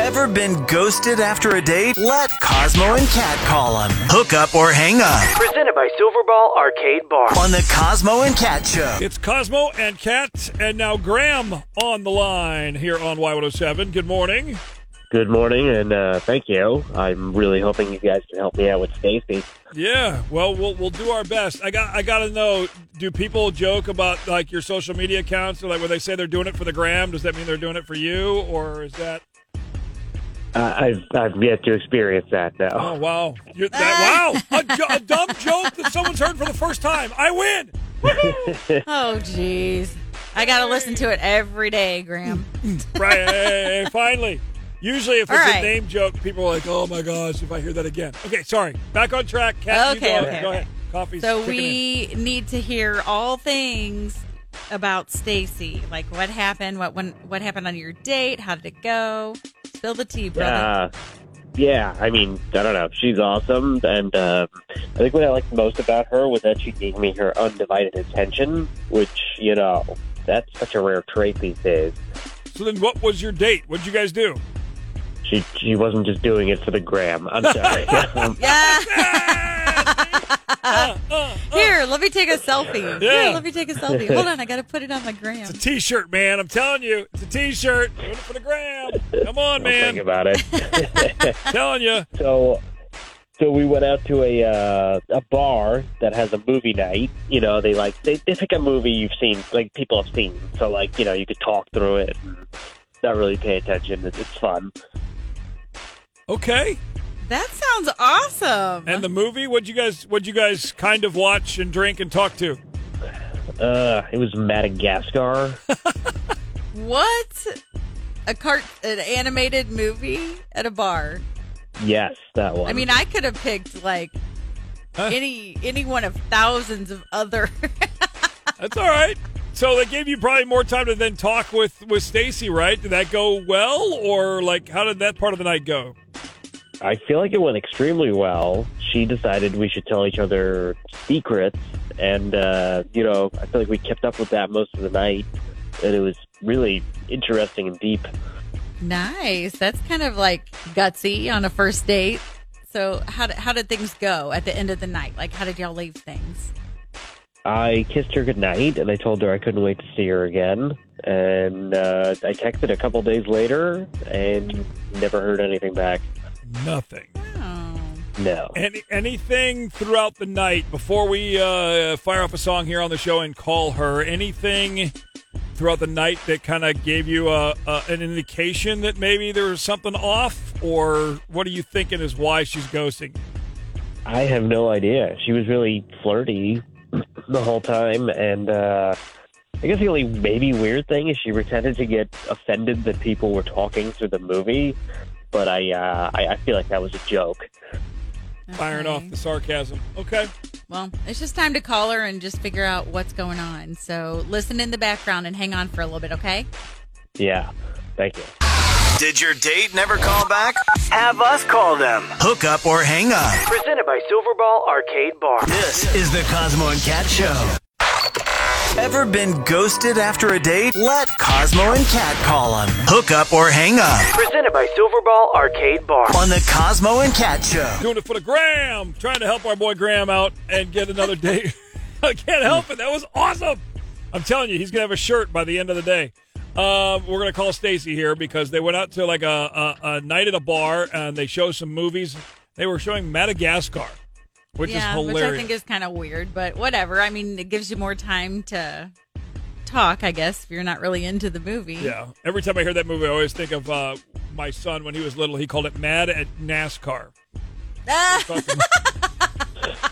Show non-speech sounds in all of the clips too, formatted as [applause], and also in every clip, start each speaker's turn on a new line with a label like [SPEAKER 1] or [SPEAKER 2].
[SPEAKER 1] Ever been ghosted after a date? Let Cosmo and Cat call them. Hook up or hang up
[SPEAKER 2] Presented by Silverball Arcade Bar.
[SPEAKER 1] on the Cosmo and Cat Show.
[SPEAKER 3] It's Cosmo and Kat, and now Graham on the line here on Y107. Good morning.
[SPEAKER 4] Good morning, and uh, thank you. I'm really hoping you guys can help me out with Stacy.
[SPEAKER 3] Yeah, well, we'll we'll do our best. I got I got to know. Do people joke about like your social media accounts, or like when they say they're doing it for the gram? Does that mean they're doing it for you, or is that?
[SPEAKER 4] Uh, I've I've yet to experience that
[SPEAKER 3] Oh
[SPEAKER 4] though. Uh,
[SPEAKER 3] wow, You're,
[SPEAKER 5] Uh.
[SPEAKER 3] that, wow, a, jo- a dumb joke that someone's heard for the first time. I win.
[SPEAKER 5] Oh, jeez. I got to listen to it every day, Graham.
[SPEAKER 3] Right, hey, hey, hey, finally. Usually, if it's
[SPEAKER 5] All
[SPEAKER 3] a
[SPEAKER 5] right.
[SPEAKER 3] name joke, people are like, "Oh my gosh, if I hear that again." Okay, sorry. Back on track. Kat,
[SPEAKER 5] Okay,
[SPEAKER 3] you go,
[SPEAKER 5] okay,
[SPEAKER 3] go
[SPEAKER 5] okay.
[SPEAKER 3] ahead. Coffee's
[SPEAKER 5] So
[SPEAKER 3] kicking in.
[SPEAKER 5] we need to hear all things about Stacy, like what happened, what went, what happened on your date, how did it go? Spill the tea, brother.
[SPEAKER 4] Uh, yeah, I mean, I don't know. She's awesome, and uh, I think what I liked most about her was that she gave me her undivided attention, which you know that's such a rare trait these days.
[SPEAKER 3] So then, what was your date? What'd you guys do?
[SPEAKER 4] She she wasn't just doing it for the gram. I'm sorry. [laughs] Um,
[SPEAKER 5] yeah.
[SPEAKER 3] [laughs] Uh, uh,
[SPEAKER 5] [laughs] Here, let me take a selfie.
[SPEAKER 3] Yeah.
[SPEAKER 5] Here, let me take a selfie. Hold on, I got to put it on my gram.
[SPEAKER 3] It's a T-shirt, man. I'm telling you, it's a T-shirt. Doing it for the gram. Come on,
[SPEAKER 4] don't think
[SPEAKER 3] man.
[SPEAKER 4] about it.
[SPEAKER 3] telling you.
[SPEAKER 4] So, so we went out to a uh, a bar that has a movie night. You know, they like they, they pick a movie you've seen, like people have seen. So, like you know, you could talk through it, and not really pay attention. It's, it's fun.
[SPEAKER 3] Okay.
[SPEAKER 5] That sounds awesome.
[SPEAKER 3] And the movie? What'd you guys? What'd you guys kind of watch and drink and talk to?
[SPEAKER 4] Uh, it was
[SPEAKER 5] [laughs]
[SPEAKER 4] Madagascar.
[SPEAKER 5] what? A cart an animated movie at a bar.
[SPEAKER 4] yes, that one.
[SPEAKER 5] I mean, I could have picked like
[SPEAKER 3] Huh?
[SPEAKER 5] any any one of thousands of other [laughs]
[SPEAKER 3] That's all right. So they gave you probably more time to then talk with with Stacy, right? Did that go well, or like how did that part of the night go?
[SPEAKER 4] I feel like it went extremely well. She decided we should tell each other secrets, and uh, you know, I feel like we kept up with that most of the night, and it was really interesting and deep.
[SPEAKER 5] Nice. That's kind of like gutsy on a first date. So how did, how did things go at the end of the night? Like how did y'all leave things?
[SPEAKER 4] I kissed her goodnight and I told her I couldn't wait to see her again. And uh, I texted a couple days later and never heard anything back.
[SPEAKER 3] Nothing.
[SPEAKER 5] Oh.
[SPEAKER 4] No.
[SPEAKER 3] Any, anything throughout the night before we uh, fire off a song here on the show and call her? Anything throughout the night that kind of gave you a, a, an indication that maybe there was something off, or what are you thinking is why she's ghosting?
[SPEAKER 4] I have no idea. She was really flirty [clears throat] the whole time. And uh, I guess the only maybe weird thing is she pretended to get offended that people were talking through the movie. But I, uh, I, I feel like that was a joke.
[SPEAKER 3] Firing
[SPEAKER 5] Okay.
[SPEAKER 3] off the sarcasm. Okay.
[SPEAKER 5] Well, it's just time to call her and just figure out what's going on. So listen in the background and hang on for a little bit, okay?
[SPEAKER 4] Yeah. Thank you.
[SPEAKER 1] Did your date never call back?
[SPEAKER 2] Have us call them.
[SPEAKER 1] Hook up or hang up.
[SPEAKER 2] Presented by Silverball Arcade Bar.
[SPEAKER 1] This is the Cosmo and Cat Show. Ever been ghosted after a date? Let Cosmo and Cat call them. Hook up or hang up
[SPEAKER 2] Presented by Silverball Arcade Bar.
[SPEAKER 1] on the Cosmo and Cat Show.
[SPEAKER 3] doing it for the Graham, trying to help our boy Graham out and get another date. [laughs] I can't help it. That was awesome. I'm telling you, he's gonna have a shirt by the end of the day. Um, we're gonna call Stacy here because they went out to like a, a, a night at a bar and they show some movies. They were showing Madagascar, which
[SPEAKER 5] yeah,
[SPEAKER 3] is
[SPEAKER 5] which I
[SPEAKER 3] hilarious.
[SPEAKER 5] think is kind of weird, but whatever. I mean, it gives you more time to talk, I guess, if you're not really into the movie.
[SPEAKER 3] yeah. Every time I hear that movie, I always think of uh, my son when he was little. He called it Mad at NASCAR.
[SPEAKER 5] Ah,
[SPEAKER 3] Fucking-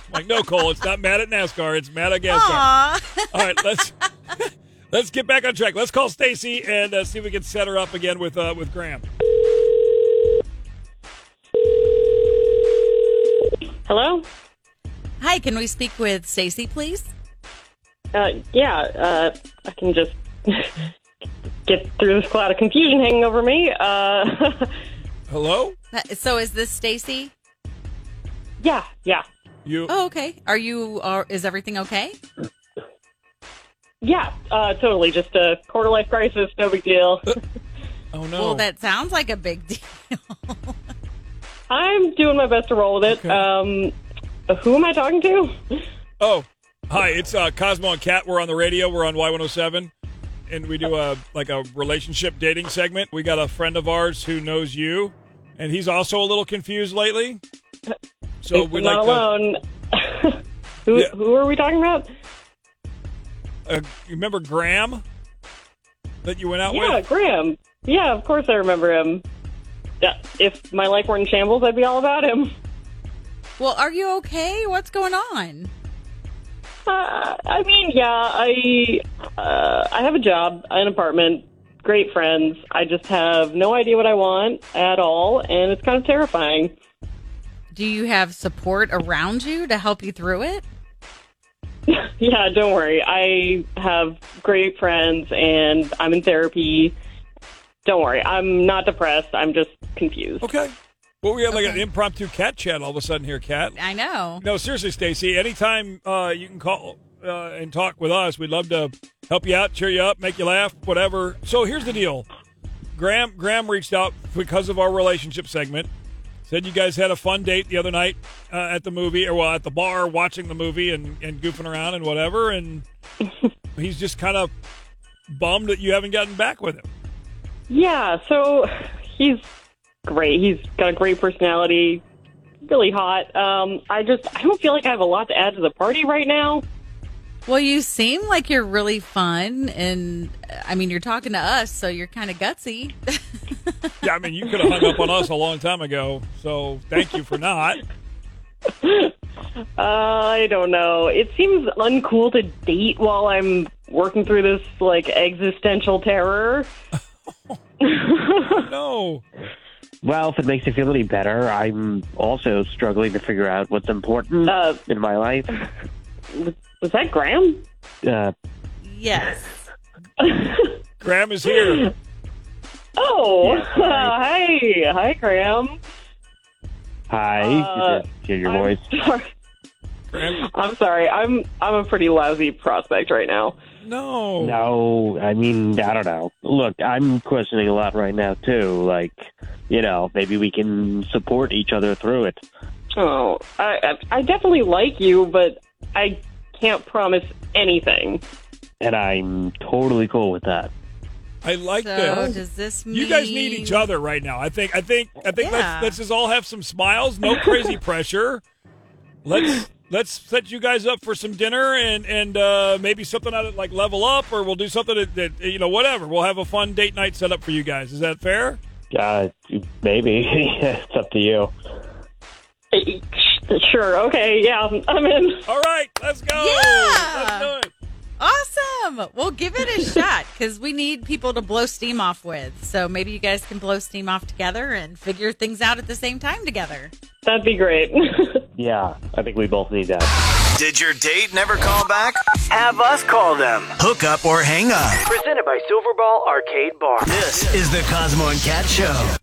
[SPEAKER 3] [laughs] like, no, Cole, it's not Mad at NASCAR. It's Madagascar.
[SPEAKER 5] [laughs] aw.
[SPEAKER 3] All right, let's [laughs] let's get back on track. Let's call Stacy and uh, see if we can set her up again with uh, with Graham.
[SPEAKER 6] Hello?
[SPEAKER 5] Hi, can we speak with Stacy, please?
[SPEAKER 6] Uh, yeah, uh, I can just [laughs] get through this cloud of confusion hanging over me. Uh, [laughs]
[SPEAKER 3] Hello,
[SPEAKER 5] Uh, So is this Stacy?
[SPEAKER 6] yeah, yeah.
[SPEAKER 3] you.
[SPEAKER 5] Oh, okay. Are you? Are, is everything okay?
[SPEAKER 6] Yeah, uh, totally. Just a quarter life crisis, no big deal.
[SPEAKER 3] Oh no.
[SPEAKER 5] Well, that sounds like a big [laughs] deal. deal?
[SPEAKER 6] I'm doing my best to roll with it. Um, who am I talking to?
[SPEAKER 3] Oh, hi, it's uh, Cosmo and Cat. We're on the radio. We're on Y107, and we do a like a relationship dating segment. We got a friend of ours who knows you, and he's also a little confused lately. So
[SPEAKER 6] I'm
[SPEAKER 3] we like
[SPEAKER 6] not
[SPEAKER 3] uh,
[SPEAKER 6] alone. [laughs] who,
[SPEAKER 3] Yeah.
[SPEAKER 6] who are we talking about?
[SPEAKER 3] To, uh, you remember Graham that you went out
[SPEAKER 6] Yeah,
[SPEAKER 3] with.
[SPEAKER 6] Graham. Yeah, of course I remember him. Yeah, if my life were in shambles, I'd be all about him. [laughs]
[SPEAKER 5] well, are you okay? What's going on?
[SPEAKER 6] Uh, I mean, yeah, I uh, I have a job, an apartment, great friends. I just have no idea what I want at all, and it's kind of terrifying. [laughs]
[SPEAKER 5] Do you have support around you to help you through it?
[SPEAKER 6] Yeah, don't worry. I have great friends, and I'm in therapy. Don't worry, I'm not depressed. I'm just confused.
[SPEAKER 3] Okay. Well, we had like an impromptu cat chat all of a sudden here, Cat.
[SPEAKER 5] I know.
[SPEAKER 3] No, seriously, Stacy. Anytime uh, you can call uh, and talk with us, we'd love to help you out, cheer you up, make you laugh, whatever. So here's the deal: Graham Graham reached out because of our relationship segment. Said you guys had a fun date the other night uh, at the movie, or well, at the bar, watching the movie and, and goofing around and whatever. And he's just kind of bummed that you haven't gotten back with him.
[SPEAKER 6] Yeah, so he's great. He's got a great personality, really hot. Um, I just I don't feel like I have a lot to add to the party right now.
[SPEAKER 5] Well, you seem like you're really fun, and uh, I mean, you're talking to us, so you're kind of gutsy. [laughs]
[SPEAKER 3] Yeah, I mean, you could have hung up on us a long time ago. So thank you for not.
[SPEAKER 6] Uh, I don't know. It seems uncool to date while I'm working through this like existential terror.
[SPEAKER 3] No.
[SPEAKER 4] Well, if it makes you feel any better, I'm also struggling to figure out what's important
[SPEAKER 6] Uh,
[SPEAKER 4] in my life.
[SPEAKER 6] was that Graham?
[SPEAKER 4] Uh,
[SPEAKER 5] yes.
[SPEAKER 3] Graham is here.
[SPEAKER 6] Oh, [laughs]
[SPEAKER 4] Yeah, hi.
[SPEAKER 6] hi, hi, Graham.
[SPEAKER 4] hi,
[SPEAKER 6] Uh,
[SPEAKER 4] you just hear your
[SPEAKER 6] I'm
[SPEAKER 4] voice.
[SPEAKER 6] Sorry.
[SPEAKER 3] Graham,
[SPEAKER 6] I'm sorry. I'm I'm a pretty lousy prospect right now.
[SPEAKER 3] no.
[SPEAKER 4] No, I mean, I don't know. Look, I'm questioning a lot right now, too. Like, you know, maybe we can support each other through it.
[SPEAKER 6] Oh, I I- I definitely like you, but I can't promise anything.
[SPEAKER 4] And I'm totally cool with that.
[SPEAKER 3] I like
[SPEAKER 5] So
[SPEAKER 3] this.
[SPEAKER 5] does this mean
[SPEAKER 3] You guys need each other right now. I think. I think. I think.
[SPEAKER 5] Yeah.
[SPEAKER 3] Let's let's just all have some smiles. No
[SPEAKER 5] [laughs]
[SPEAKER 3] crazy pressure. Let's let's set you guys up for some dinner and and uh, maybe something out at like level up or we'll do something that, that you know whatever. We'll have a fun date night set up for you guys. Is that fair?
[SPEAKER 4] Uh, maybe. [laughs] it's up to you.
[SPEAKER 6] Eh, Sure. Okay. Yeah. I'm in.
[SPEAKER 3] All right, let's go.
[SPEAKER 5] Yeah.
[SPEAKER 3] Let's do it.
[SPEAKER 5] Awesome. Well, give it a shot because we need people to blow steam off with. So maybe you guys can blow steam off together and figure things out at the same time together.
[SPEAKER 6] That'd be great. [laughs]
[SPEAKER 4] Yeah, I think we both need that.
[SPEAKER 1] Did your date never call back?
[SPEAKER 2] Have us call them.
[SPEAKER 1] Hook up or hang up.
[SPEAKER 2] Presented by Silverball Arcade Bar.
[SPEAKER 1] This is the Cosmo and Cat Show.